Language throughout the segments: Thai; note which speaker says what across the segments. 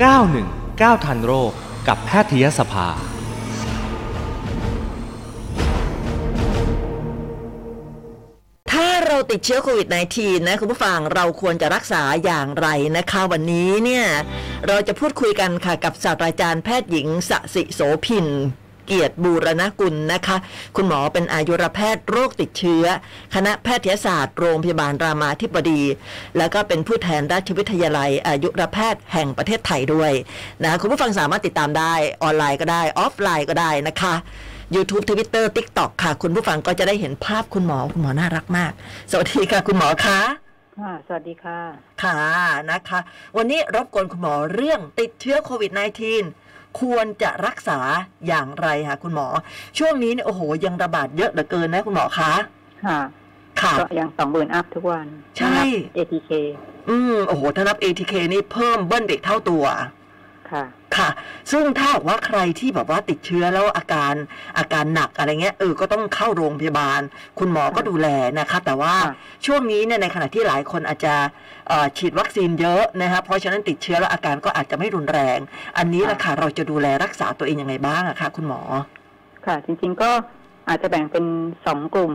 Speaker 1: 919 ทันโรคกับแพทยสภา
Speaker 2: ถ้าเราติดเชื้อโควิด -19 นะคุณผู้ฟังเราควรจะรักษาอย่างไรนะคะ วันนี้เนี่ย เราจะพูดคุยกันค่ะกับศาสตราจารย์แพทย์หญิงสสิโสพิน เกียรติบูรณกุลนะคะ คุณหมอเป็นอายุรแพทย์โรคติดเชื้อ คณะแพทยศาสตร์โรงพยาบาลรามาธิบดี แล้วก็เป็นผู้แทนราชวิทยาลัย อายุรแพทย์แห่งประเทศไทยด้วยนะคุณผู้ฟังสามารถติดตามได้ออนไลน์ก็ได้ออฟไลน์ก็ได้นะคะ YouTube Twitter TikTok ค่ะ คุณผู้ฟังก็จะได้เห็นภาพคุณหมอคุณหมอน่ารักมาก สวัสดีค่ะ คุณหมอคะ
Speaker 3: ค่ะ สวัสดีค่ะ
Speaker 2: ค่ะนะคะ วันนี้รบกวนคุณหมอเรื่องติดเชื้อโควิด -19 ควรจะรักษาอย่างไรคะคุณหมอ ช่วงนี้เนี่ยโอ้โห ยังระบาดเยอะเหลือเกินนะคุณหมอคะ
Speaker 3: ค่ะ
Speaker 2: ค่ะ
Speaker 3: ก็ยังสองหมื่นอัพทุกวัน
Speaker 2: ใช่
Speaker 3: นะครับ ATK
Speaker 2: อืมโอ้โหถ้านับ ATK นี่เพิ่มเบิ้ลเด็กเท่าตัว
Speaker 3: ค่ะ
Speaker 2: ค่ะ ซึ่งถ้าหากว่าใครที่แบบว่าติดเชื้อแล้วอาการอาการหนักอะไรเงี้ยเออก็ต้องเข้าโรงพยาบาล คุณหมอก็ดูแลนะคะ แต่ว่า
Speaker 3: ค่ะ
Speaker 2: ช่วงนี้เนี่ยในขณะที่หลายคนอาจจะเอ่อฉีดวัคซีนเยอะนะคะเพราะฉะนั้นติดเชื้อแล้วอาการก็อาจจะไม่รุนแรง อันนี้ละค่ะเราจะดูแลรักษาตัวเองยังไงบ้างอะคะคุณหมอ
Speaker 3: ค่ะ จริงๆก็อาจจะแบ่งเป็นสองกลุ่ม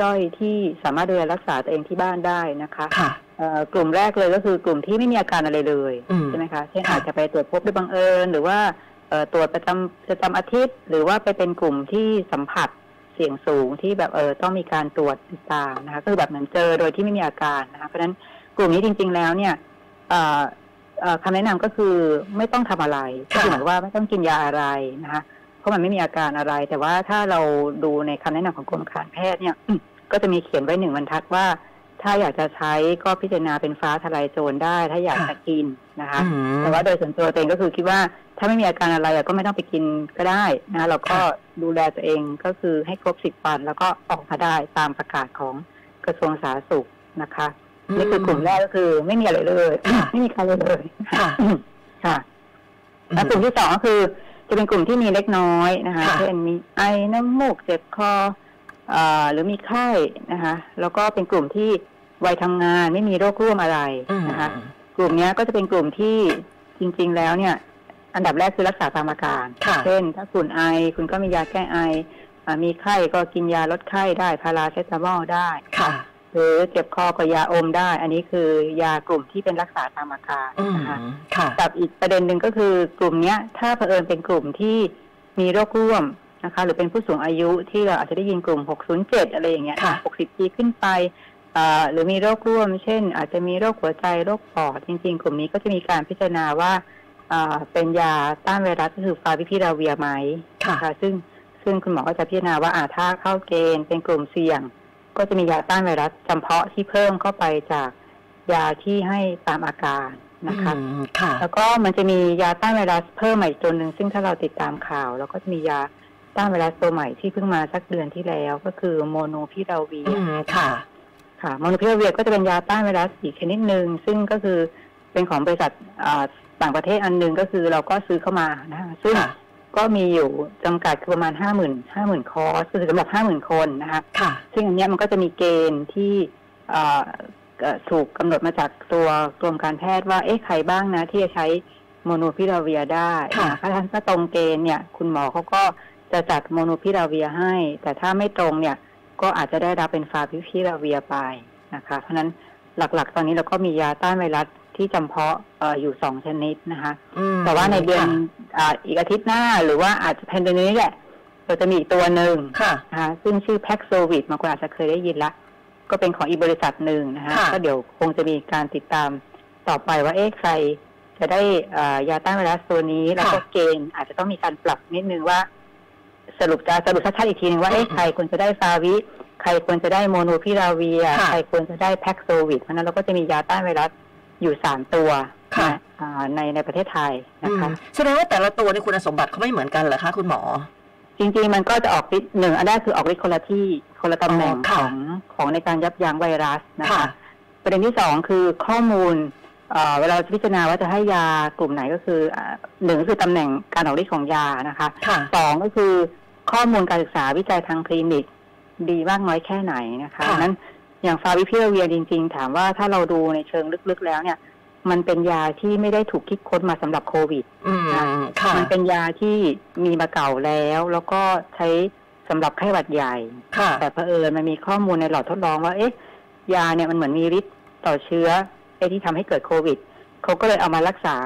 Speaker 3: ย่อยๆ ที่สามารถดูแลรักษาตัวเองที่บ้านได้นะคะ
Speaker 2: ค่ะ
Speaker 3: เอ่อกลุ่มแรกเลยก็คือกลุ่มที่ไม่มีอาการอะไรเลย
Speaker 2: อืม
Speaker 3: ใช่ไหมคะเช่น
Speaker 2: ค่ะ
Speaker 3: อาจจะไปตรวจพบด้วยบังเอิญ หรือว่าเอ่อตรวจประจำประจำอาทิตย์ หรือว่าไปเป็นกลุ่มที่สัมผัสเสี่ยงสูงที่แบบเออต้องมีการตรวจต่างๆนะคะก็คือแบบเหมือนเจอโดยที่ไม่มีอาการนะคะเพราะฉะนั้นกลุ่มนี้จริง ๆ แล้วเนี่ยเอ่อ เอ่อคำแนะนำก็คือไม่ต้องทำอะไรก็คือ
Speaker 2: ค่ะ
Speaker 3: หมายว่าไม่ต้องกินยาอะไรนะคะเพราะมันไม่มีอาการอะไร แต่ว่าถ้าเราดูในคำแนะนำของกรมการแพทย์เนี่ยอืมก็จะมีเขียนไว้หนึ่งบรรทัดว่า ถ้าอยากจะใช้ก็พิจารณาเป็นฟ้าทะลายโจรได้ ถ้าอยากจะกินนะคะ
Speaker 2: อืม
Speaker 3: แต่ว่าโดยส่วนตัวตัวเองก็คือคิดว่าถ้าไม่มีอาการอะไรอะก็ไม่ต้องไปกินก็ได้นะเราก็
Speaker 2: ค่ะ
Speaker 3: ดูแลตัวเองก็คือให้ครบสิบวัน แล้วก็ออกมาได้ตามประกาศของกระทรวงสาธารณสุขนะคะ นี่คือกลุ่มแรกก็คือไม่มีอะไรเลย
Speaker 2: ค่ะ
Speaker 3: ไม่มีใครเลยเลย
Speaker 2: ค่ะ
Speaker 3: ค่ะ
Speaker 2: อืม
Speaker 3: แล้วกลุ่มที่สองก็คือ จะเป็นกลุ่มที่มีเล็กน้อยนะคะ
Speaker 2: ค่ะ
Speaker 3: เช่นมีไอน้ำมูกเจ็บคอเอ่อหรือมีไข้นะคะ แล้วก็เป็นกลุ่มที่วัยทำงานไม่มีโรคร่วมอะไร
Speaker 2: อืม
Speaker 3: นะคะ กลุ่มเนี้ยก็จะเป็นกลุ่มที่จริง ๆ แล้วเนี่ย อันดับแรกคือรักษาตามอาการ
Speaker 2: ค่ะ
Speaker 3: เช่น ถ้าคุณไอคุณก็มียาแก้ไออามีไข้ก็กินยาลดไข้ได้พาราเซตามอลได้
Speaker 2: ค่ะ
Speaker 3: หรือเจ็บคอก็ยาอมได้ อันนี้คือยากลุ่มที่เป็นรักษาตามอาการ
Speaker 2: อืม
Speaker 3: นะคะ
Speaker 2: ค่ะ
Speaker 3: กับอีกประเด็นหนึ่งก็คือกลุ่มเนี้ย ถ้าเผอิญเป็นกลุ่มที่มีโรคร่วมนะคะ หรือเป็นผู้สูงอายุที่เราอาจจะได้ยินกลุ่ม 607 อะไรอย่างเงี้ย
Speaker 2: ค่ะ
Speaker 3: 60 ปีขึ้นไปอ่าหรือมีโรคร่วม เช่น อาจจะมีโรคหัวใจโรคปอดจริง ๆ กลุ่มนี้ก็จะมีการพิจารณาว่าอ่าเป็นยาต้านไวรัสก็คือฟาวิพิราเวียไหม
Speaker 2: ค่ะ
Speaker 3: ค่ะซึ่งซึ่งคุณหมอก็จะพิจารณาว่าอาถ้าเข้าเกณฑ์เป็นกลุ่มเสี่ยง ก็จะมียาต้านไวรัสจำเพาะที่เพิ่มเข้าไปจากยาที่ให้ตามอาการนะคะ
Speaker 2: อืมค่ะ
Speaker 3: แล้วก็มันจะมียาต้านไวรัสเพิ่มใหม่อีกตัวหนึ่งซึ่งถ้าเราติดตามข่าวเราก็จะมียาต้านไวรัสตัวใหม่ที่เพิ่งมาสักเดือนที่แล้วก็คือโมโนพิราเวี
Speaker 2: อื
Speaker 3: ย
Speaker 2: มค่ะ
Speaker 3: ค่ะมอนูพิราเวียก็จะเป็นยาต้านไวรัสอีกชนิดหนึ่งซึ่งก็คือเป็นของบริษัทอ่าต่างประเทศอันหนึ่งก็คือเราก็ซื้อเข้ามานะคะซึ่ง
Speaker 2: ค่ะ
Speaker 3: ก็มีอยู่จำกัดคือประมาณห้าหมื่นห้าหมื่นคอร์สคือสำหรับห้าหมื่นคนนะคะ
Speaker 2: ค่ะ
Speaker 3: ซึ่งอันเนี้ยมันก็จะมีเกณฑ์ที่อ่าเอ่อถูกกำหนดมาจากตัวกรมการแพทย์ว่าเอ๊ะใครบ้างนะที่จะใช้โมโนพิราเวียได้
Speaker 2: ค่ะ
Speaker 3: นะคะถ้าถ้าตรงเกณฑ์เนี่ยคุณหมอเขาก็จะจัดโมโนพิราเวียให้ แต่ถ้าไม่ตรงเนี่ย ก็อาจจะได้รับเป็นฟาพิพิราเวียไปนะคะ เพราะฉะนั้นหลักๆ ตอนนี้เราก็มียาต้านไวรัสที่จำเพาะเอ่ออยู่สองชนิดนะคะ
Speaker 2: อืม
Speaker 3: แต่ว่าในเดือน
Speaker 2: ค่ะ
Speaker 3: อ่าอีกอาทิตย์หน้าหรือว่าอาจจะภายในเดือนนี้แหละเราจะมีอีกตัวหนึ่ง
Speaker 2: ค่ะ
Speaker 3: นะคะซึ่งชื่อแพ็กโซวิดบางคนอาจจะเคยได้ยินละ ก็เป็นของอีกบริษัทหนึ่งนะคะ
Speaker 2: ค่ะ
Speaker 3: ก็เดี๋ยวคงจะมีการติดตามต่อไปว่าเอ๊ะใครจะได้อ่ายาต้านไวรัสตัวนี้แล้วก็เกณฑ์อาจจะต้องมีการปรับนิดนึงว่า สรุปจะสรุปชัดๆอีกทีหนึงว่าเอ๊ะใครควรจะได้ฟาวิ ใครควรจะได้โมโนพิราเวีย
Speaker 2: ค่ะ
Speaker 3: ใครควรจะได้แพ็กโซวิดเพราะฉะนั้นเราก็จะมียาต้านไวรัสอยู่สามตัว
Speaker 2: ค่ะ
Speaker 3: นอ่าในในประเทศไทย
Speaker 2: อื
Speaker 3: นะ
Speaker 2: ม
Speaker 3: คะ
Speaker 2: แสดงว่าแต่ละตัวในคุณสมบัติเขาไม่เหมือนกันเหรอคะคุณหมอ
Speaker 3: จริงๆ มันก็จะออกฤทธิ์หนึ่งอันแรกคือออกฤทธิ์คนละที่คนละตำแหน่ง
Speaker 2: อ๋อ
Speaker 3: ข
Speaker 2: ค่ะ
Speaker 3: องของในการยับยั้งไวรัสนะคะ
Speaker 2: ค่ะ
Speaker 3: ประเด็นที่สองคือข้อมูลเอ่อเวลาเราจะพิจารณาว่าจะให้ยากลุ่มไหนก็คืออ่าหนึ่งก็คือตำแหน่งการออกฤทธิ์ของยานะคะ
Speaker 2: ค่ะ
Speaker 3: สองก็คือข้อมูลการศึกษาวิจัยทางคลินิก ดีมากน้อยแค่ไหนนะคะ
Speaker 2: ค่ะ
Speaker 3: นั้นอย่างฟาวิพิราเวียจริง ๆ ถามว่าถ้าเราดูในเชิงลึกๆแล้วเนี่ย มันเป็นยาที่ไม่ได้ถูกคิดค้นมาสำหรับโควิด
Speaker 2: อืมค่ะ
Speaker 3: มันเป็นยาที่มีมาเก่าแล้ว แล้วก็ใช้สำหรับไข้หวัดใหญ่
Speaker 2: ค่ะ
Speaker 3: แต่เผอิญมันมีข้อมูลในหลอดทดลองว่า เอ๊ะ ยาเนี่ยมันเหมือนมีฤทธิ์ต่อเชื้อไอ้ที่ทำให้เกิดโควิด เขาก็เลยเอามารักษา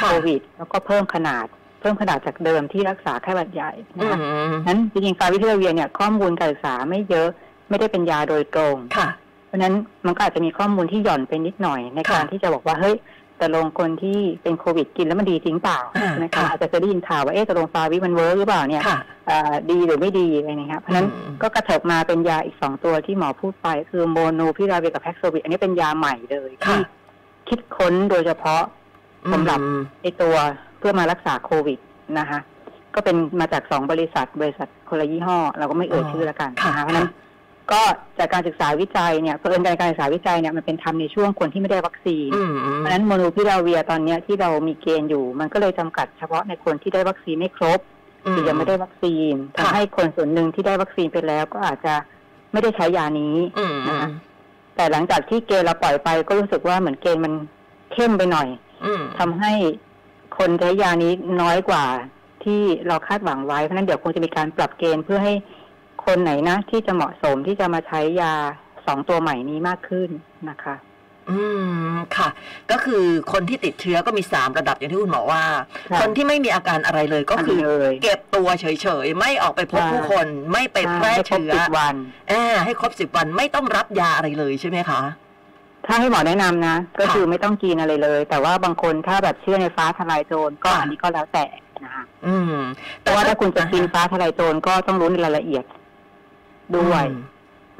Speaker 2: ค่ะ
Speaker 3: โควิด แล้วก็เพิ่มขนาด เพิ่มขนาดจากเดิมที่รักษาไข้หวัดใหญ่
Speaker 2: อื
Speaker 3: นะคะ
Speaker 2: ม
Speaker 3: นั้นจริงๆฟาวิพิลาเวียเนี่ยข้อมูลการศึกษาไม่เยอะไม่ได้เป็นยาโดยตรง
Speaker 2: ค่ะ
Speaker 3: เพราะฉะนั้นมันก็อาจจะมีข้อมูลที่หย่อนไปนิดหน่อย ใน
Speaker 2: ค่ะ
Speaker 3: การที่จะบอกว่าเฮ้ยแต่ลงคนที่เป็นโควิดกินแล้วมันดีจริงเปล่า
Speaker 2: อ่า
Speaker 3: ใช่ไหม
Speaker 2: ค่ะ
Speaker 3: คะอาจจะเคยได้ยินข่าวว่าเอ๊ะตกลงฟาวิมันเวิร์กหรือเปล่าเนี่ย
Speaker 2: ค่ะ
Speaker 3: เอ่อดีหรือไม่ดีอะไรนะครับเพราะฉะนั้น
Speaker 2: อืม
Speaker 3: ก็กระเถิบมาเป็นยาอีกสองตัวที่หมอพูดไป คือโมโนพิราเวกับแพ็กโซบิดอันนี้เป็นยาใหม่เลย
Speaker 2: ค่ะ
Speaker 3: ที่คิดค้นโดยเฉพาะ สำหรับ
Speaker 2: อืม
Speaker 3: ในตัวเพื่อมารักษาโควิดนะคะก็เป็นมาจากสองบริษัท บริษัทคนละยี่ห้อ เราก็ไม่เอ่ยชื่อละกันนะคะเพราะฉะนั้น ก็จากการศึกษาวิจัยเนี่ยเพื่อญการศึกษาวิจัยเนี่ยมันเป็นทำในช่วงคนที่ไม่ได้วัคซีน
Speaker 2: อืม
Speaker 3: เพราะฉะนั้นโมโนพิราเวียตอนเนี้ยที่เรามีเกณฑ์อยู่ มันก็เลยจำกัดเฉพาะในคนที่ได้วัคซีนไม่ครบ
Speaker 2: อื
Speaker 3: หรือยังไม่ได้วัคซีน
Speaker 2: ค่ะ
Speaker 3: ทำให้คนส่วนหนึ่งที่ได้วัคซีนไปแล้ว ก็อาจจะไม่ได้ใช้ยานี้
Speaker 2: อืมอืม
Speaker 3: แต่หลังจากที่เกณฑ์เราปล่อยไปก็รู้สึกว่าเหมือนเกณฑ์มันเข้มไปหน่อย
Speaker 2: อืม
Speaker 3: ทำให้คนใช้ยานี้น้อยกว่าที่เราคาดหวังไว้เพราะฉะนั้นเดี๋ยวคงจะมีการปรับเกณฑ์เพื่อให้คนไหนนะที่จะเหมาะสมที่จะมาใช้ยาสองตัวใหม่นี้มากขึ้นนะคะ
Speaker 2: อืมค่ะ ก็คือคนที่ติดเชื้อก็มีสามระดับอย่างที่คุณหมอว่า
Speaker 3: ค่ะ
Speaker 2: คนที่ไม่มีอาการอะไรเลยก็คือ
Speaker 3: ทำเลย
Speaker 2: เก็บตัวเฉยๆ ไม่ออกไปพบ
Speaker 3: ใช่
Speaker 2: ผู้คนไม่ไปแพร่เชื้อ
Speaker 3: สิบวัน
Speaker 2: อ่าให้ครบสิบวันไม่ต้องรับยาอะไรเลยใช่ไหมคะ
Speaker 3: ถ้าให้หมอแนะนำนะ ก็คือไม่ต้องกินอะไรเลย แต่ว่าบางคนถ้าแบบเชื่อในฟ้าทลายโจรก็
Speaker 2: ค่ะ
Speaker 3: อันนี้ก็แล้วแต่นะคะ
Speaker 2: อืม
Speaker 3: แต่ว่าถ้าคุณจะกินฟ้าทลายโจรก็ต้องรู้ในรายละเอียด ด้วย
Speaker 2: อืม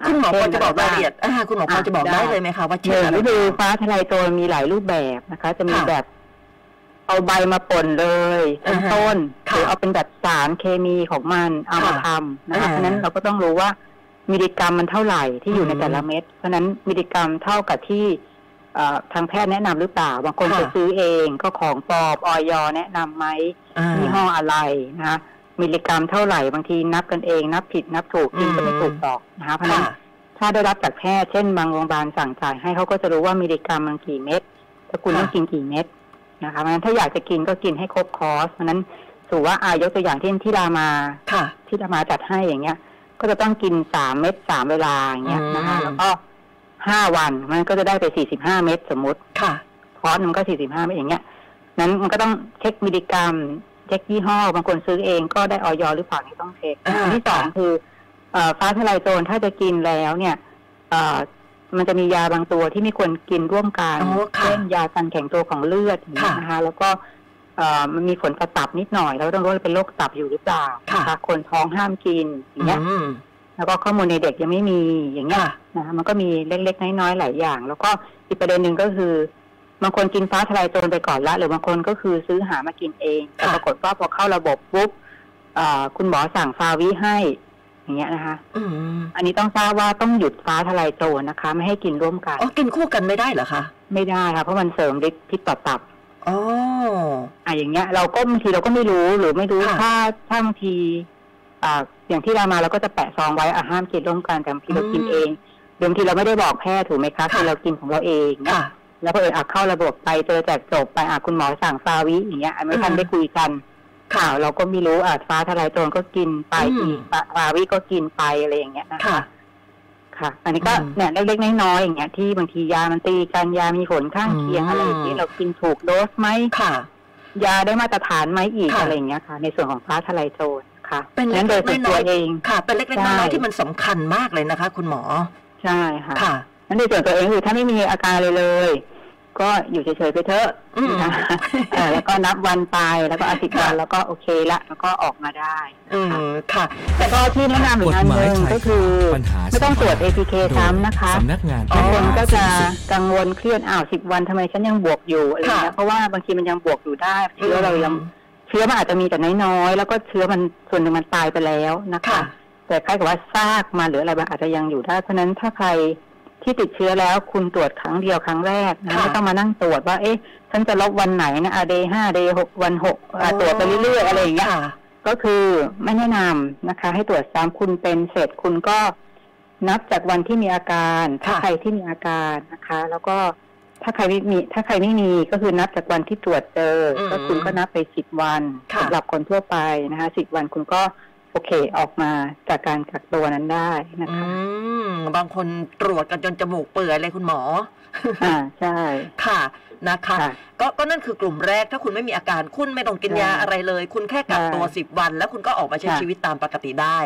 Speaker 2: คุณหมอพอจะบอกรายละเอียดอ่าคุณหมอพอจะบอกได้เลยไหมคะว่า
Speaker 3: ห
Speaker 2: เชื้อ
Speaker 3: นึ่ง
Speaker 2: อะไร
Speaker 3: ก็คือฟ้าทลายโจรมีหลายรูปแบบนะคะ จะมี
Speaker 2: ค่ะ
Speaker 3: แบบ เอาใบมาป่นเลยเป็น
Speaker 2: อ่าฮะ
Speaker 3: ต้นห
Speaker 2: ค่ะ
Speaker 3: รือเอาเป็นแบบสารเคมีของมันเอามา
Speaker 2: ค่ะ
Speaker 3: ทำนะคะ
Speaker 2: อ่า
Speaker 3: เพราะฉะนั้นเราก็ต้องรู้ว่ามิลลิกรัมมันเท่าไหร่ที่อยู่ในแต่ละเม็ดเพราะฉะนั้นมิลลิกรัมเท่ากับที่ เอ่อทางแพทย์แนะนำหรือเปล่า บางคน
Speaker 2: ค่ะ
Speaker 3: ไปซื้อเองก็ของปลอมออยแนะนำไหม
Speaker 2: อ่า
Speaker 3: ยี่ห้ออะไรนะคะมิลลิกรัมเท่าไหร่บางทีนับกันเองนับผิดนับถูกจริงก็ไม่
Speaker 2: อืม
Speaker 3: ถูกหรอกนะคะเพราะฉะนั้
Speaker 2: ค่ะ
Speaker 3: นถ้าได้รับจากแพทย์เช่นบางโรงพยาบาลสั่งจ่ายให้เขาก็จะรู้ว่ามิลลิกรัมมันกี่เม็ดแล้วคุณ
Speaker 2: ค่ะ
Speaker 3: ต้องกินกี่เม็ดนะคะเพราะฉะนั้นถ้าอยากจะกินก็กินให้ครบคอร์สเพราะฉะนั้นถือว่าอายกตัวอย่างเช่นที่รามา
Speaker 2: ค่ะ
Speaker 3: ที่รามาจัดให้อย่างเงี้ย ก็จะต้องกินสามเม็ดสามเวลาอย่างเงี้ยนะคะ
Speaker 2: อืม
Speaker 3: แล้วก็ห้าวันมันก็จะได้ไปสี่สิบห้าเม็ดสมมติ
Speaker 2: ค่ะ
Speaker 3: คอร์สมันก็สี่สิบห้าไม่อย่างเงี้ย นั้นมันก็ต้องเช็คมิลลิกรัมเช็คยี่ห้อ บางคนซื้อเองก็ได้ออยอหรือเปล่านี่ต้องเช็ค
Speaker 2: อ่า
Speaker 3: อันที่สองคือเอ่อฟ้าทะลายโจรถ้าจะกินแล้วเนี่ย เอ่อมันจะมียาบางตัวที่ไม่ควรกินร่วมกัน
Speaker 2: อ๋อค่ะ
Speaker 3: เช่นยากันแข็งตัวของเลือดอย่างเงี้ยนะคะ แล้วก็เอ่อมันมีผลต่อตับนิดหน่อย แล้วต้องรู้ว่าเป็นโรคตับอยู่หรือเปล่า
Speaker 2: ค่ะ
Speaker 3: นคนท้องห้ามกินอย่างเงี้ย
Speaker 2: อืม
Speaker 3: แล้วก็ข้อมูลในเด็กยังไม่มีอย่างเงี้ย
Speaker 2: ค่ะ
Speaker 3: นะคะมันก็มีเล็กๆ น้อยๆหลายอย่าง แล้วก็อีกประเด็นหนึ่งก็คือบางคนกินฟ้าทลายโจรไปก่อนละหรือบางคนก็คือซื้อหามากินเองแต่
Speaker 2: ค่ะ
Speaker 3: ปรากฏว่าพอเข้าระบบปุ๊บเอ่อคุณหมอสั่งฟาวิให้อย่างเงี้ยนะคะ
Speaker 2: อืม
Speaker 3: อันนี้ต้องทราบว่าต้องหยุดฟ้าทลายโจรนะคะ ไม่ให้กินร่วมกัน
Speaker 2: อ๋อกินคู่กันไม่ได้เหรอคะ
Speaker 3: ไม่ได้ค่ะเพราะมันเสริมฤทธิ์พิษต่อตับ
Speaker 2: อ๋อ
Speaker 3: อ่ะอย่างเงี้ย เราก็บางทีเราก็ไม่รู้หรือไม่รู้
Speaker 2: ค่ะ
Speaker 3: ถ้าถ้าบางทีอ่าอย่างที่เรามาเราก็จะแปะซองไว้อ่ะห้ามกินร่วมกันแต่บางทีเรากินเองหรือบางทีเราไม่ได้บอกแพทย์ถูกไหมคะคือเรากินของเราเองเนี่ย
Speaker 2: ค่ะ
Speaker 3: แล้วพอเอออ่ะเข้าระบบไปเจอแจกจบไปอ่ะคุณหมอสั่งฟาวิอย่างเงี้ยอ่ะไม่ทัน
Speaker 2: อืม
Speaker 3: ได้คุยกัน
Speaker 2: ค่ะ
Speaker 3: ข่าวเราก็ไม่รู้อ่ะฟ้าทลายโจรก็กินไป
Speaker 2: อืม
Speaker 3: อีกฟาฟาวิก็กินไปอะไรอย่างเงี้ยนะคะ
Speaker 2: ค่ะ
Speaker 3: ค่ะ อันนี้ก็
Speaker 2: อืม
Speaker 3: เนี่ยเล็กๆน้อยๆอย่างเงี้ยที่บางทียามันตีกันยามีผลข้างเคียง
Speaker 2: อืม
Speaker 3: อะไรอย่างเงี้ยเรากินถูกโดสไหม
Speaker 2: ค่ะ
Speaker 3: ยาได้มาตรฐานไหมอีก
Speaker 2: ค่ะ
Speaker 3: อะไรอย่างเงี้ยค่ะ ในส่วนของฟ้าทลายโจรค่ะ
Speaker 2: เป็นเล็กๆ
Speaker 3: นั้นโดยส่วนตั
Speaker 2: น้
Speaker 3: ว
Speaker 2: อยๆ
Speaker 3: เอง
Speaker 2: ค่ะเป็นเล็กๆน้
Speaker 3: ใช่
Speaker 2: อยๆที่มันสำคัญมากเลยนะคะ คุณหมอ
Speaker 3: ใช่ค่ะ
Speaker 2: ค่ะ
Speaker 3: นั้นในส่วนตัวเองคือถ้าไม่มีอาการเลยเลย ก็อยู่เฉยๆไปเถอะ
Speaker 2: อืม
Speaker 3: นะคะ เออแล้วก็นับวันไปแล้วก็อาทิตย์
Speaker 2: ค่ะ
Speaker 3: วันแล้วก็โอเคละ แล้วก็ออกมาได้
Speaker 2: อืมค่ะ
Speaker 3: แต่ก็ที่แนะนำอี
Speaker 1: ก
Speaker 3: ก
Speaker 1: ฎ
Speaker 3: อัน
Speaker 1: ห
Speaker 3: ห
Speaker 1: มาย
Speaker 3: นึ่ง
Speaker 1: ชาย
Speaker 3: ก็
Speaker 1: ค
Speaker 3: คือ
Speaker 1: าปัญหา
Speaker 3: ไม่ต้องตรวจ ATK
Speaker 1: โดย
Speaker 3: ซ้ำนะคะ
Speaker 1: สำนักงาน
Speaker 3: บางคน
Speaker 1: พัฒา
Speaker 3: ก็จะ
Speaker 1: สื่อ
Speaker 3: กังวลเครียดอ้าวสิบวันทำไมฉันยังบวกอยู่อะไรอย่างเงี้ย
Speaker 2: ค่ะ
Speaker 3: เพราะว่าบางทีมันยังบวกอยู่ได้เชื้อเรายังเชื้อมันอาจจะมีแต่น้อยๆแล้วก็เชื้อมันส่วนหนึ่งมันตายไปแล้วนะ
Speaker 2: ค่ะ
Speaker 3: คะ แต่คล้ายกับว่าซากมาหรืออะไรบางอาจจะยังอยู่ได้ เพราะฉะนั้นถ้าใครที่ติดเชื้อแล้วคุณตรวจครั้งเดียวครั้งแรกนะ
Speaker 2: ค่ะ
Speaker 3: ไม่ต้องมานั่งตรวจว่า เอ๊ะฉันจะลบวันไหนนะอาเดห้าเดหกวันหก
Speaker 2: ะ
Speaker 3: ตรวจไปเรื่อยๆอะไรอย่างเงี้ย
Speaker 2: ค่ะ
Speaker 3: ก็คือไม่แนะนำนะคะ ให้ตรวจซ้ำคุณเป็นเสร็จคุณก็นับจากวันที่มีอาการ ถ้า
Speaker 2: ค่ะ
Speaker 3: ใครที่มีอาการนะคะ แล้วก็ ถ้าใครไม่มีถ้าใครไม่มีก็คือนับจากวันที่ตรวจเจออ
Speaker 2: ม
Speaker 3: ก็คุณก็นับไปสิบวัน
Speaker 2: ค่ะ
Speaker 3: สำหรับคนทั่วไปนะคะสิบวันคุณก็โอเคออกมาจากการกักตัวนั้นได้นะ
Speaker 2: อื
Speaker 3: คะ
Speaker 2: มบางคนตรวจกันจนจมูกเปื่อยเลยคุณหมอ
Speaker 3: อ่าใช่
Speaker 2: ค่ะนะคะ
Speaker 3: ค่ะ
Speaker 2: ก็ก็นั่นคือกลุ่มแรกถ้าคุณไม่มีอาการคุณไม่ต้องกินยา
Speaker 3: ใช่
Speaker 2: อะไรเลย คุณแค่กักตัว
Speaker 3: ใช่
Speaker 2: สิบวัน แล้วคุณก็ออกมาใช้
Speaker 3: ค่ะ
Speaker 2: ชีวิตตามปกติได้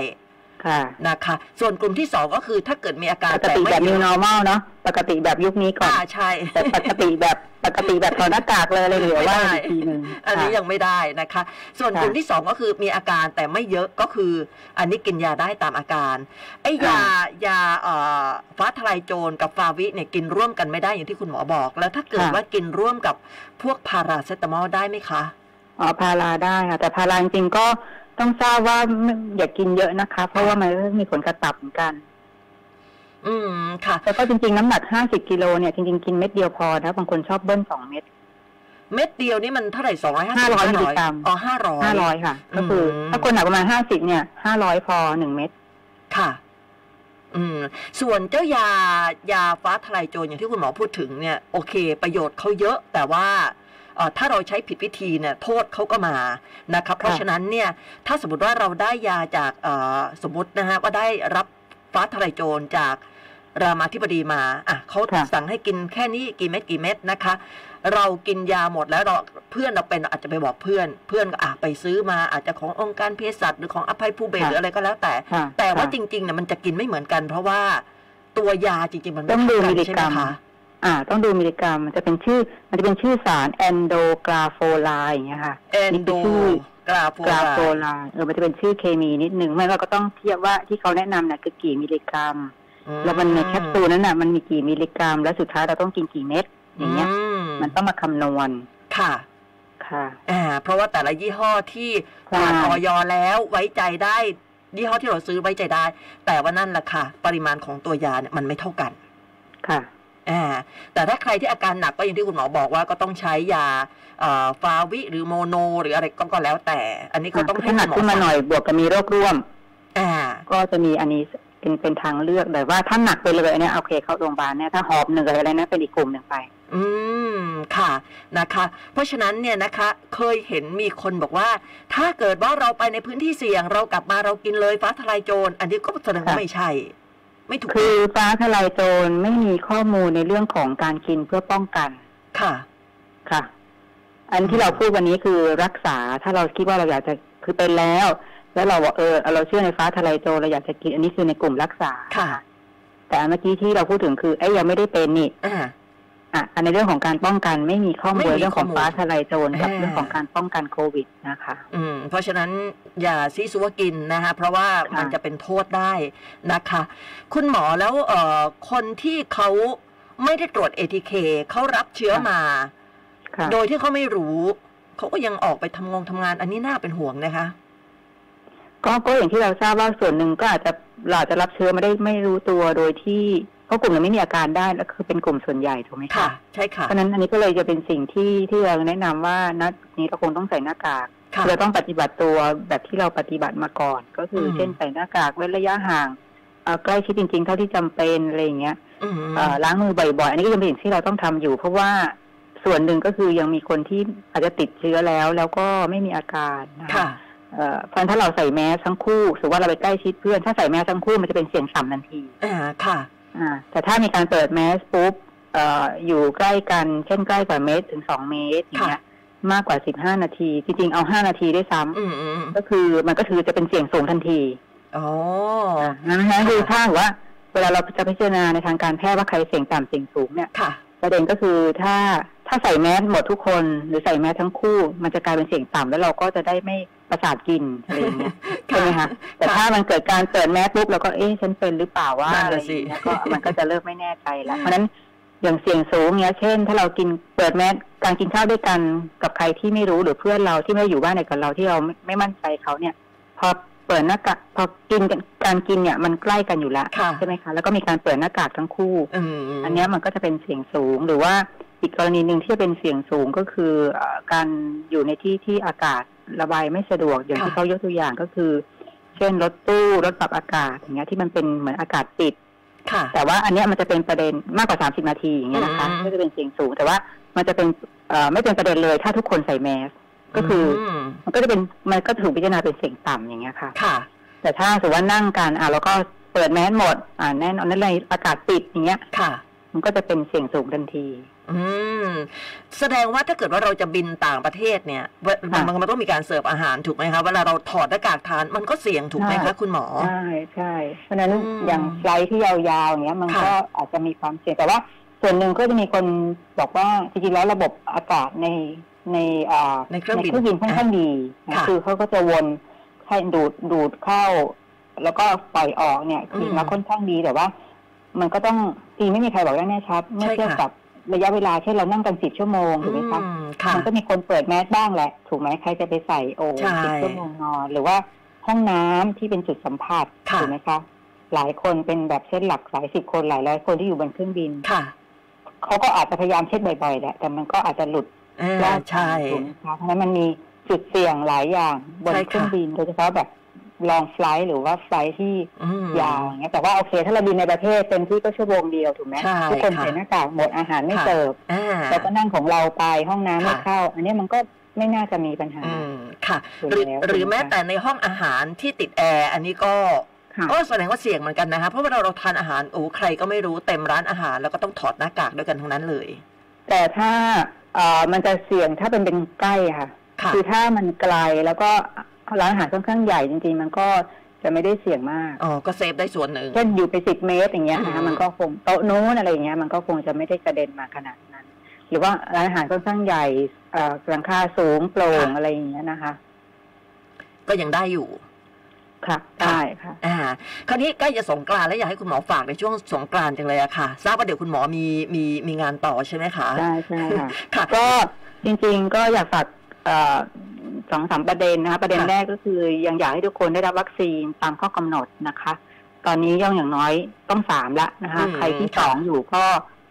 Speaker 3: ค่ะ
Speaker 2: นะคะ ส่วนกลุ่มที่สองก็คือถ้าเกิดมีอาการ
Speaker 3: ปกติแบบ
Speaker 2: เย
Speaker 3: new
Speaker 2: อะ
Speaker 3: normal เนาะปกติแบบยุคนี้ก่อน
Speaker 2: อ่าใช่
Speaker 3: แต่ปกติแบบปกติแบบถอดหน้ากากเลยเลยเหลือว่าอีกทีหนึ่ง
Speaker 2: อันนี้
Speaker 3: ค่ะ
Speaker 2: ยังไม่ได้นะคะ ส่วน
Speaker 3: ค่ะ
Speaker 2: กลุ่มที่สองก็คือมีอาการแต่ไม่เยอะก็คือ อันนี้กินยาได้ตามอาการไอ้ยา
Speaker 3: ค่ะ
Speaker 2: ยาเอ่อฟ้าทลายโจรกับฟาวิเนี่ยกินร่วมกันไม่ได้อย่างที่คุณหมอบอก แล้วถ้าเกิดว่ากินร่วมกับพวกพาราเซตามอลได้ไหมคะ
Speaker 3: อ๋อพาราได้ค่ะแต่พาราจริงๆก็ต้องทราบว่าไม่อย่ากินเยอะนะคะ เพราะว่ามันก็มีผลกระตับเหมือนกัน
Speaker 2: อืมค่ะ
Speaker 3: แล้วก็จริงๆน้ำหนักห้าสิบกิโลเนี่ยจริงๆกินเม็ดเดียวพอนะบางคนชอบเบิ้ลสองเม็ด
Speaker 2: เม็ดเดียวนี่มันเท่าไหร่สองร้อยห้าสิบ
Speaker 3: 500มิลลิกรัม
Speaker 2: อ๋อห้าร้อย
Speaker 3: ห้าร้อยค่ะ ก็คืออ
Speaker 2: ม
Speaker 3: ถ้าคนหนักประมาณห้าสิบเนี่ยห้าร้อยพอหนึ่งเม็ด
Speaker 2: ค่ะ อืม ส่วนเจ้ายายาฟ้าทลายโจรอย่างที่คุณหมอพูดถึงเนี่ย โอเค ประโยชน์เขาเยอะ แต่ว่าเอ่อถ้าเราใช้ผิดวิธีเนี่ย โทษเขาก็มานะครับ เพราะ
Speaker 3: ค่ะ
Speaker 2: ฉะนั้นเนี่ย ถ้าสมมติว่าเราได้ยาจากเอ่อสมมตินะฮะว่าได้รับฟ้าทลายโจรจากรามาธิบดีมาอ่ะเขา
Speaker 3: ค่ะ
Speaker 2: สั่งให้กินแค่นี้กี่เม็ดกี่เม็ดนะคะ เรากินยาหมดแล้วเราเพื่อนเราเป็นเราอาจจะไปบอกเพื่อน เพื่อนก็อ่ะไปซื้อมาอาจจะขององค์การเภสัชหรือของอภัยภูเบศรหรืออะไรก็แล้วแต่
Speaker 3: ค่ะ
Speaker 2: แต่ว่า
Speaker 3: ค่ะ
Speaker 2: จริงๆเนี่ยมันจะกินไม่เหมือนกัน เพราะว่าตัวยาจริงๆ มันไม่
Speaker 3: ต้องดู
Speaker 2: เท่ากั
Speaker 3: มิล
Speaker 2: น
Speaker 3: ลิ
Speaker 2: ใช่
Speaker 3: ก
Speaker 2: ไหม
Speaker 3: รัม
Speaker 2: คะ
Speaker 3: อ่า ต้องดูมิลลิกรัมมันจะเป็นชื่อ มันจะเป็นชื่อสารแอนโดกราโฟไลน์อย่างเงี้ยค่ะ
Speaker 2: แอนโดกราโฟ
Speaker 3: ก
Speaker 2: ไล
Speaker 3: ราโฟ
Speaker 2: น์
Speaker 3: ไลน์เออมันจะเป็นชื่อเคมีนิดนึงไม่เราก็ต้องเทียบว่าที่เขาแนะนำน่ะคือกี่มิลลิกรัม
Speaker 2: อื
Speaker 3: แล้วมันในแคปซูลนั้นน่ะมันมีกี่มิลลิกรัม แล้วสุดท้ายเราต้องกินกี่เม็ดอย่างเงี้ย
Speaker 2: ม
Speaker 3: มันต้องมาคำนวณ
Speaker 2: ค่ะ
Speaker 3: ค่ะ
Speaker 2: อ่าเพราะว่าแต่ละยี่ห้อที่
Speaker 3: ใช่
Speaker 2: ผ่านออยแล้วไว้ใจได้ ยี่ห้อที่เราซื้อไว้ใจได้ แต่ว่านั่นแหละค่ะ ปริมาณของตัวยาเนี่ยมันไม่เท่ากัน
Speaker 3: ค่ะ
Speaker 2: อ่าแต่ถ้าใครที่อาการหนักก็อย่างที่คุณหมอบอกว่าก็ต้องใช้ยาเอ่อฟาวิหรือโมโน หรืออะไรก็ก็แล้วแต่ อันนี้ก็ต้องให้
Speaker 3: ขนาด
Speaker 2: คุณหมอ
Speaker 3: ขึ้นมาหน่อยบวกกับมีโรคร่วม
Speaker 2: อ่า
Speaker 3: ก็จะมีอันนี้เป็นเป็นทางเลือกแต่ว่าถ้าหนักไปเลยเนี่ยโอเคเข้าโรงพยาบาลเนี่ยถ้าหอบเหนื่อยอะไรนะเป็นอีกกลุ่มหนึ่งไป
Speaker 2: อืมค่ะนะคะ เพราะฉะนั้นเนี่ยนะคะเคยเห็นมีคนบอกว่า ถ้าเกิดว่าเราไปในพื้นที่เสี่ยงเรากลับมาเรากินเลยฟ้าทลายโจรอันนี้ก็แสดงว่า
Speaker 3: ค่ะ
Speaker 2: ไม่ใช่ ไม่ถูก
Speaker 3: คือฟ้าทลายโจรไม่มีข้อมูลในเรื่องของการกินเพื่อป้องกัน
Speaker 2: ค่ะ
Speaker 3: ค่ะ อันที่เราพูดวันนี้คือรักษาถ้าเราคิดว่าเราอยากจะคือเป็นแล้ว แล้วเราบอกเออเราเชื่อในฟ้าทะลายโจรเราอยากจะกินอันนี้คือในกลุ่มรักษา
Speaker 2: ค่ะ
Speaker 3: แต่อันเมื่อกี้ที่เราพูดถึงคือเอ้ยยังไม่ได้เป็นนี่
Speaker 2: อ่า
Speaker 3: อ่ะอันในเรื่องของการป้องกันไม่มีข้อมู
Speaker 2: ไม่
Speaker 3: ล
Speaker 2: มี
Speaker 3: เรื่องของ
Speaker 2: ข้อมูล
Speaker 3: ฟ้าทะลายโจรกับ
Speaker 2: อ่า
Speaker 3: เรื่องของการป้องกันโควิดนะคะ
Speaker 2: อืมเพราะฉะนั้นอย่าซีซัวกินนะคะเพราะว่า
Speaker 3: ค่ะ
Speaker 2: มันจะเป็นโทษได้นะคะ คุณหมอแล้วเอ่อคนที่เขาไม่ได้ตรวจ ATK เขารับเชื้อมา
Speaker 3: ค่ะ
Speaker 2: โดยที่เขาไม่รู้เขาก็ยังออกไปทำงงทำงานอันนี้น่าเป็นห่วงนะคะ
Speaker 3: ก็ก็อย่างที่เราทราบว่าส่วนหนึ่งก็อาจจะเราอาจจะรับเชื้อไม่ได้ไม่รู้ตัวโดยที่เพราะกลุ่มนั้นไม่มีอาการได้แล้วคือเป็นกลุ่มส่วนใหญ่ถูกไหม
Speaker 2: ค่ะ
Speaker 3: คะ
Speaker 2: ใช่ค่ะ
Speaker 3: เพราะฉะนั้นอันนี้ก็เลยจะเป็นสิ่งที่ที่เราแนะนำว่านัดนี้เราคงต้องใส่หน้ากาก
Speaker 2: ค่ะ
Speaker 3: เราต้องปฏิบัติตัวแบบที่เราปฏิบัติมาก่อน ก็คืออ
Speaker 2: ม
Speaker 3: เช่นใส่หน้ากากเว้นระยะห่างเอ่อใกล้ชิดจริง ๆ เท่าที่จำเป็นอะไรอย่างเงี้ย
Speaker 2: อืม
Speaker 3: เอ่อล้างมือบ่อยๆ อันนี้ก็ยังเป็นสิ่งที่เราต้องทำอยู่ เพราะว่าส่วนหนึ่งก็คือยังมีคนที่อาจจะติดเชื้อแล้วแล้วก็ไม่มีอาการนะคะ
Speaker 2: ค่ะ
Speaker 3: เอ่อเพราะฉะนั้นถ้าเราใส่แมสทั้งคู่สมมติว่าเราไปใกล้ชิดเพื่อน ถ้าใส่แมสทั้งคู่มันจะเป็นเสียงต่ำทันที
Speaker 2: อ่า ค่ะ
Speaker 3: อ่าแต่ถ้ามีการเปิดแมสปุ๊บเอ่ออยู่ใกล้กัน เช่นใกล้กว่าเมตรถึงสองเมตรอย่างเงี้ยมากกว่าสิบห้านาที จริงๆเอาห้านาทีได้วยซ้ำ
Speaker 2: อืมอืมอืม
Speaker 3: ก็คือมันก็คือจะเป็นเสียงสูงทันที
Speaker 2: อ๋อ
Speaker 3: นะคะคือถ้าว่า เวลาเราจะพิจารณาในทางการแพทย์ว่าใครเสียงต่ำเสียงสูงเนี่ย
Speaker 2: ค่ะ
Speaker 3: ประเด็นก็คือถ้าถ้าใส่แมสหมดทุกคนหรือใส่แมสทั้งคู่ มันจะกลายเป็นเสียงต่ำแล้วเราก็จะได้ไม่ประสาทกินอะไรอย่า งเงี้ย ใช่ไหมคะแต่ถ้ามันเกิดการเปิดแมสปุ๊บแล้วก็เอ๊ะฉันเป็นหรือเปล่า ว่า
Speaker 2: นั่นน่ะ
Speaker 3: อะไรอย่างเงี้ย
Speaker 2: สิ
Speaker 3: ก็มันก็จะเริ่มไม่แน่ใจ แล้ว เพราะฉะนั้นอย่างเสี่ยงสูงเนี้ย เช่น ถ้าเรากินเปิดแมสการกินข้าวด้วยกันกับใครที่ไม่รู้หรือเพื่อนเราที่ไม่ได้อยู่บ้านเดียวกับเราที่เราไม่ไม่มั่นใจเขาเนี่ย พอเปิดหน้ากากพอกินกันการกินเนี่ยมันใกล้กันอยู่แล้ว
Speaker 2: ค่ะ
Speaker 3: ใช่ไหมคะแล้วก็มีการเปิดหน้ากากทั้งคู่
Speaker 2: อืม
Speaker 3: อันเนี้ยมันก็จะเป็นเสียงสูงหรือว่าอีกกรณีหนึ่งที่จะเป็นเสียงสูงก็คือเอ่อการอยู่ในที่ที่อากาศระบายไม่สะดวกอย่างที่เขายกตัวอย่างก็คือ เช่นรถตู้รถปรับอากาศอย่างเงี้ยที่มันเป็นเหมือนอากาศปิด
Speaker 2: ค่ะ
Speaker 3: แต่ว่าอันเนี้ยมันจะเป็นประเด็นมากกว่า 30 นาทีอย่างเงี้ยนะคะ
Speaker 2: อืม
Speaker 3: ก็จะเป็นเสียงสูง แต่ว่ามันจะเป็นเอ่อไม่เป็นประเด็นเลยถ้าทุกคนใส่แมสก็คืออ
Speaker 2: ม
Speaker 3: มันก็จะเป็นมันก็ถูกพิจารณาเป็นเสียงต่ำอย่างเงี้ยค่ะ
Speaker 2: ค่ะ
Speaker 3: แต่ถ้าสมมติว่านั่งกันอ่ะแล้วก็เปิดแมสหมดอ่ะแน่นอนนั่นเลยอากาศปิดอย่างเงี้ย
Speaker 2: ค่ะ
Speaker 3: มันก็จะเป็นเสียงสูงทันที
Speaker 2: อืม แสดงว่าถ้าเกิดว่าเราจะบินต่างประเทศเนี่ยเว
Speaker 3: ค่ะ
Speaker 2: มันมันต้องมีการเสิร์ฟอาหารถูกไหมคะเวลาเราถอดหน้ากากทานมันก็เสี่ยงถูกไหมคะคุณหมอ
Speaker 3: ใช่ใช่เพราะฉะนั้น
Speaker 2: อืม
Speaker 3: อย่างไฟลท์ที่ยาวๆอย่างเงี้ยมัน
Speaker 2: ค่ะ
Speaker 3: ก็อาจจะมีความเสี่ยงแต่ว่า ส่วนหนึ่งก็จะมีคนบอกว่าจริงๆแล้วระบบอากาศในในอ่า
Speaker 2: ในเครื่องบิน
Speaker 3: เครื่องบินค่อนข้างดีนะ
Speaker 2: ค่ะ
Speaker 3: คือเขาก็จะวนให้ดูดดูดเข้า แล้วก็ปล่อยออกเนี่ยคือมาค่อนข้างดีแต่ว่า มันก็ต้องตีไม่มีใครบอกได้แน่ชัดเมื่อเทียบกับระยะเวลาเช่นเรานั่งกันสิบชั่วโมงถูกไหมคะ
Speaker 2: อืมค่ะ
Speaker 3: มันก็มีคนเปิดแมสบ้างแหละ ถูกไหมใครจะไปใส่โอ่ง
Speaker 2: ใช่
Speaker 3: ติดเครื่องนอนนอนหรือว่าห้องน้ำที่เป็นจุดสัมผัส
Speaker 2: ค่ะ
Speaker 3: ถูกไหมคะ หลายคนเป็นแบบเช่นหลักหลายสิบคนหลายร้อยคนที่อยู่บนเครื่องบิน
Speaker 2: ค่ะ
Speaker 3: เขาก็อาจจะพยายามเช็ดบ่อยๆแหละแต่มันก็อาจจะหลุด
Speaker 2: เออ
Speaker 3: ล่
Speaker 2: ใช่
Speaker 3: ถูกไหมคะเพราะฉะนั้นมันมีจุดเสี่ยงหลายอย่างบน
Speaker 2: ใช่ค่ะ
Speaker 3: เครื่องบินโดยเฉพาะแบบลองไฟลท์หรือว่าไฟลท์ที่
Speaker 2: อืม
Speaker 3: ยาวอย่างเงี้ยแต่ว่าโอเค ถ้าเราบินในประเทศเต็มที่ก็ชั่วโมงเดียวถูกไหม
Speaker 2: ใช่
Speaker 3: ทุกคน
Speaker 2: ค่ะ
Speaker 3: ใส่หน้ากากหมดอาหารไม่เสิร์ฟ
Speaker 2: อ่า
Speaker 3: เราก็นั่งของเราไปห้องน้ำไม่
Speaker 2: ค่ะ
Speaker 3: เข้า อันเนี้ยมันก็ไม่น่าจะมีปัญหา
Speaker 2: อืมค่ะ
Speaker 3: ถูก
Speaker 2: หรือ
Speaker 3: แล้ว
Speaker 2: หรือ
Speaker 3: ถูก
Speaker 2: แม้
Speaker 3: แล้ว
Speaker 2: แต่ในห้องอาหารที่ติดแอร์อันนี้ก็
Speaker 3: ค่ะ
Speaker 2: ก็แสดงว่าเสี่ยงเหมือนกันนะคะเพราะเวลาเราทานอาหารโอ้ใครก็ไม่รู้เต็มร้านอาหาร แล้วก็ต้องถอดหน้ากากด้วยกันทั้งนั้นเลย
Speaker 3: แต่ถ้าเอ่อมันจะเสี่ยงถ้าเป็นเป็นใกล้ค่ะ
Speaker 2: ค่ะ
Speaker 3: คือถ้ามันไกลแล้วก็ร้านอาหารค่อนข้างใหญ่จริงๆ มันก็จะไม่ได้เสี่ยงมาก
Speaker 2: อ๋อ ก็เซฟได้ส่วนหนึ่ง
Speaker 3: เช่นอยู่ไปสิบเมตรอย่างเงี้ยนะ
Speaker 2: อื
Speaker 3: คะ
Speaker 2: ม
Speaker 3: มันก็คงโต๊ะนู้นอะไรอย่างเงี้ยมันก็คงจะไม่ได้กระเด็นมาขนาดนั้น หรือว่าร้านอาหารค่อนข้างใหญ่เอ่อหลังคาสูงโปร่งอะไรอย่างเงี้ยนะคะ
Speaker 2: ก็ยังได้อยู่
Speaker 3: ค่ะได้ค่ะ
Speaker 2: อ่า คราวนี้ใกล้จะสงกรานต์แล้วอยากให้คุณหมอฝากในช่วงสงกรานต์จังเลยอะค่ะ ทราบว่าเดี๋ยวคุณหมอมีมีมีงานต่อใช่ไหมคะ
Speaker 3: ได้ใช่ค่ะ
Speaker 2: ค่ะ
Speaker 3: ก็จริงๆก็อยากฝากเอ่อสองสามประเด็นนะคะประเด็น
Speaker 2: ค่ะ
Speaker 3: แรกก็คือยังอยากให้ทุกคนได้รับวัคซีนตามข้อกำหนดนะคะ ตอนนี้ย่องอย่างน้อยต้องสามละนะคะ ใครที่สองอยู่ก็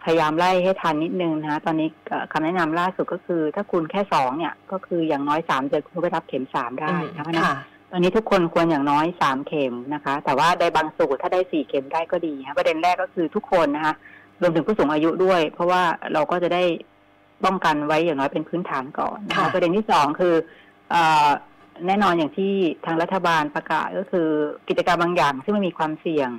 Speaker 3: พยายามไล่ให้ทันนิดนึงนะคะตอนนี้เอ่อคำแนะนำล่าสุดก็คือ ถ้าคุณแค่สองเนี่ย ก็คืออย่างน้อยสามเดือนคุณก็ไปรับเข็มสามได้
Speaker 2: อืม
Speaker 3: นะคะเพราะฉะนั้น
Speaker 2: ค่ะ
Speaker 3: ตอนนี้ทุกคนควรอย่างน้อยสามเข็มนะคะ แต่ว่าได้บางสูตรถ้าได้สี่เข็มได้ก็ดีฮะประเด็นแรกก็คือทุกคนนะคะรวมถึงผู้สูงอายุด้วย เพราะว่าเราก็จะได้ป้องกันไว้อย่างน้อยเป็นพื้นฐานก่อนนะคะ
Speaker 2: ค่ะ
Speaker 3: ประเด็นที่สองคือเออแน่นอนอย่างที่ทางรัฐบาลประกาศก็คือกิจกรรมบางอย่าง ซึ่งมันมีความเสี่ยง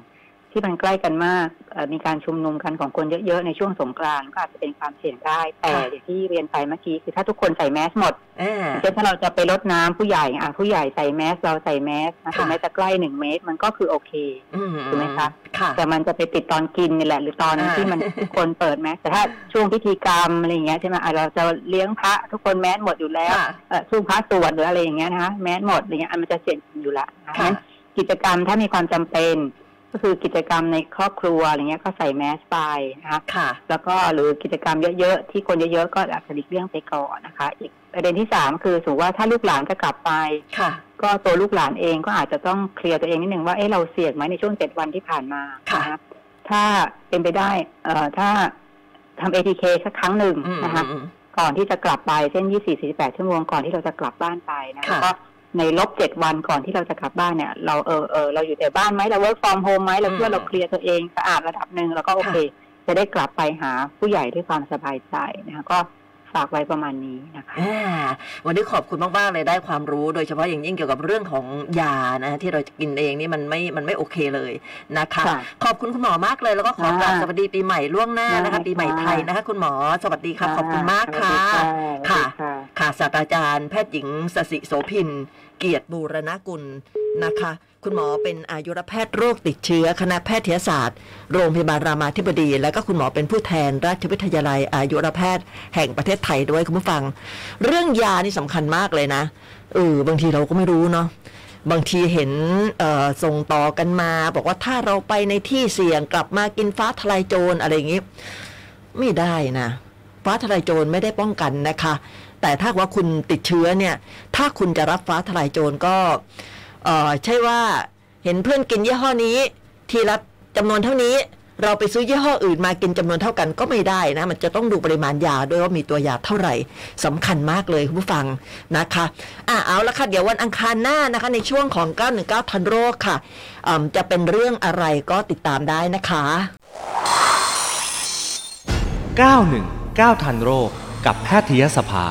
Speaker 3: ที่มันใกล้กันมากเอ่อมีการชุมนุมกันของคนเยอะๆในช่วงสงกรานต์ก็อาจจะเป็นความเสี่ยงได้แต่อย่างที่เรียนไปเมื่อกี้คือถ้าทุกคนใส่แมสหมด
Speaker 2: อ่า
Speaker 3: เช่นถ้าเราจะไปรดน้ำผู้ใหญ่อ่ะผู้ใหญ่ใส่แมสเราใส่แมสนะ
Speaker 2: ค่ะ
Speaker 3: ถึงแม้จะใกล้หนึ่งเมตร มันก็คือโอเค
Speaker 2: อืม
Speaker 3: ถูกไหมคะ
Speaker 2: ค่ะ
Speaker 3: แต่มันจะไปติดตอนกินนี่แหละ หรือตอน
Speaker 2: อ่า
Speaker 3: ที่มันทุกคนเปิดแมสแต่ถ้าช่วงพิธีกรรมอะไรอย่างเงี้ยใช่ไหมอ่ะเราจะเลี้ยงพระทุกคนแมสหมดอยู่แล้ว
Speaker 2: ค่ะ
Speaker 3: เอ่อช่วงพระสวดหรืออะไรอย่างเงี้ยนะคะแมสหมดอะไรเงี้ยอันมันจะเสี่ยงอยู่ละนะคะ
Speaker 2: ค่ะ
Speaker 3: งั้นกิจกรรมถ้ามีความจำเป็น ก็คือกิจกรรมในครอบครัวอะไรเงี้ยก็ใส่แมสไปนะคะ
Speaker 2: ค่ะ
Speaker 3: แล้วก็หรือกิจกรรมเยอะๆ ที่คนเยอะๆ ก็อาจจะหลีกเลี่ยงไปก่อนนะคะ อีกประเด็นที่สามคือสมมติว่าถ้าลูกหลานจะกลับไป
Speaker 2: ค่ะ
Speaker 3: ก็ตัวลูกหลานเองก็อาจจะต้องเคลียร์ตัวเองนิดนึงว่าเอ๊ะเราเสี่ยงไหมในช่วงเจ็ดวันที่ผ่านมา
Speaker 2: ค่ะ
Speaker 3: นถ้าเป็นไปได้เอ่อถ้าทำ ATK สักครั้งหนึ่ง
Speaker 2: อืม
Speaker 3: นะคะ
Speaker 2: อืม
Speaker 3: ก่อนที่จะกลับไปเช่น 24 48 ชั่วโมงก่อนที่เราจะกลับบ้านไปนะ
Speaker 2: ค่ะ
Speaker 3: แล้วก็ในลบเจ็ดวันก่อนที่เราจะกลับบ้านเนี่ย เราเออเออเราอยู่แต่บ้านไหมเรา work from home ไหมเราเพื่อเราเคลียร์ตัวเองสะอาดระดับหนึ่งแล้วก็โอเค จะได้กลับไปหาผู้ใหญ่ด้วยความสบายใจนะคะก็ฝากไว้ประมาณนี้นะคะ
Speaker 2: อ่าวันนี้ขอบคุณมาก ๆ เลยได้ความรู้โดยเฉพาะอย่างยิ่งเกี่ยวกับเรื่องของยานะที่เราจะกินเองนี่มันไม่มันไม่โอเคเลยนะคะ
Speaker 3: ค่ะ
Speaker 2: ขอบคุณคุณหมอมากเลยแล้วก็ขอกราบ
Speaker 3: ค่ะ
Speaker 2: สวัสดีปีใหม่ล่วงหน้านะคะ
Speaker 3: ได้ค่ะ
Speaker 2: ปีใหม่ไทยนะคะ คุณหมอสวัสดีค่ะขอบคุณมาก
Speaker 3: สวัส
Speaker 2: ค่ะ
Speaker 3: ดี
Speaker 2: ค่ะ
Speaker 3: สวัสดีค่ะ
Speaker 2: ค่ะศาสตราจารย์แพทย์หญิงสสิโสพิน เกียรติบูรณกุลนะคะ คุณหมอเป็นอายุรแพทย์โรคติดเชื้อ คณะแพทยศาสตร์ โรงพยาบาลรามาธิบดี และก็คุณหมอเป็นผู้แทนราชวิทยาลัย อายุรแพทย์แห่งประเทศไทยด้วยคุณผู้ฟัง เรื่องยานี่สำคัญมากเลยนะเออบางทีเราก็ไม่รู้เนาะ บางทีเห็นเอ่อส่งต่อกันมา บอกว่าถ้าเราไปในที่เสี่ยงกลับมากินฟ้าทลายโจรอะไรอย่างนี้ ไม่ได้นะ ฟ้าทลายโจรไม่ได้ป้องกันนะคะ แต่ถ้าว่าคุณติดเชื้อเนี่ย ถ้าคุณจะรับฟ้าทลายโจรก็เอ่อใช่ว่าเห็นเพื่อนกินยี่ห้อนี้ ทีละจำนวนเท่านี้ เราไปซื้อยี่ห้ออื่นมากินจำนวนเท่ากันก็ไม่ได้นะ มันจะต้องดูปริมาณยาด้วยว่ามีตัวยาเท่าไหร่สำคัญมากเลยคุณผู้ฟังนะคะอ่ะเอาละค่ะ เดี๋ยววันอังคารหน้านะคะ ในช่วงของ 919 ทันโรคค่ะอืมจะเป็นเรื่องอะไรก็ติดตามได้นะคะ
Speaker 1: 919 ทันโรค กับแพทยสภา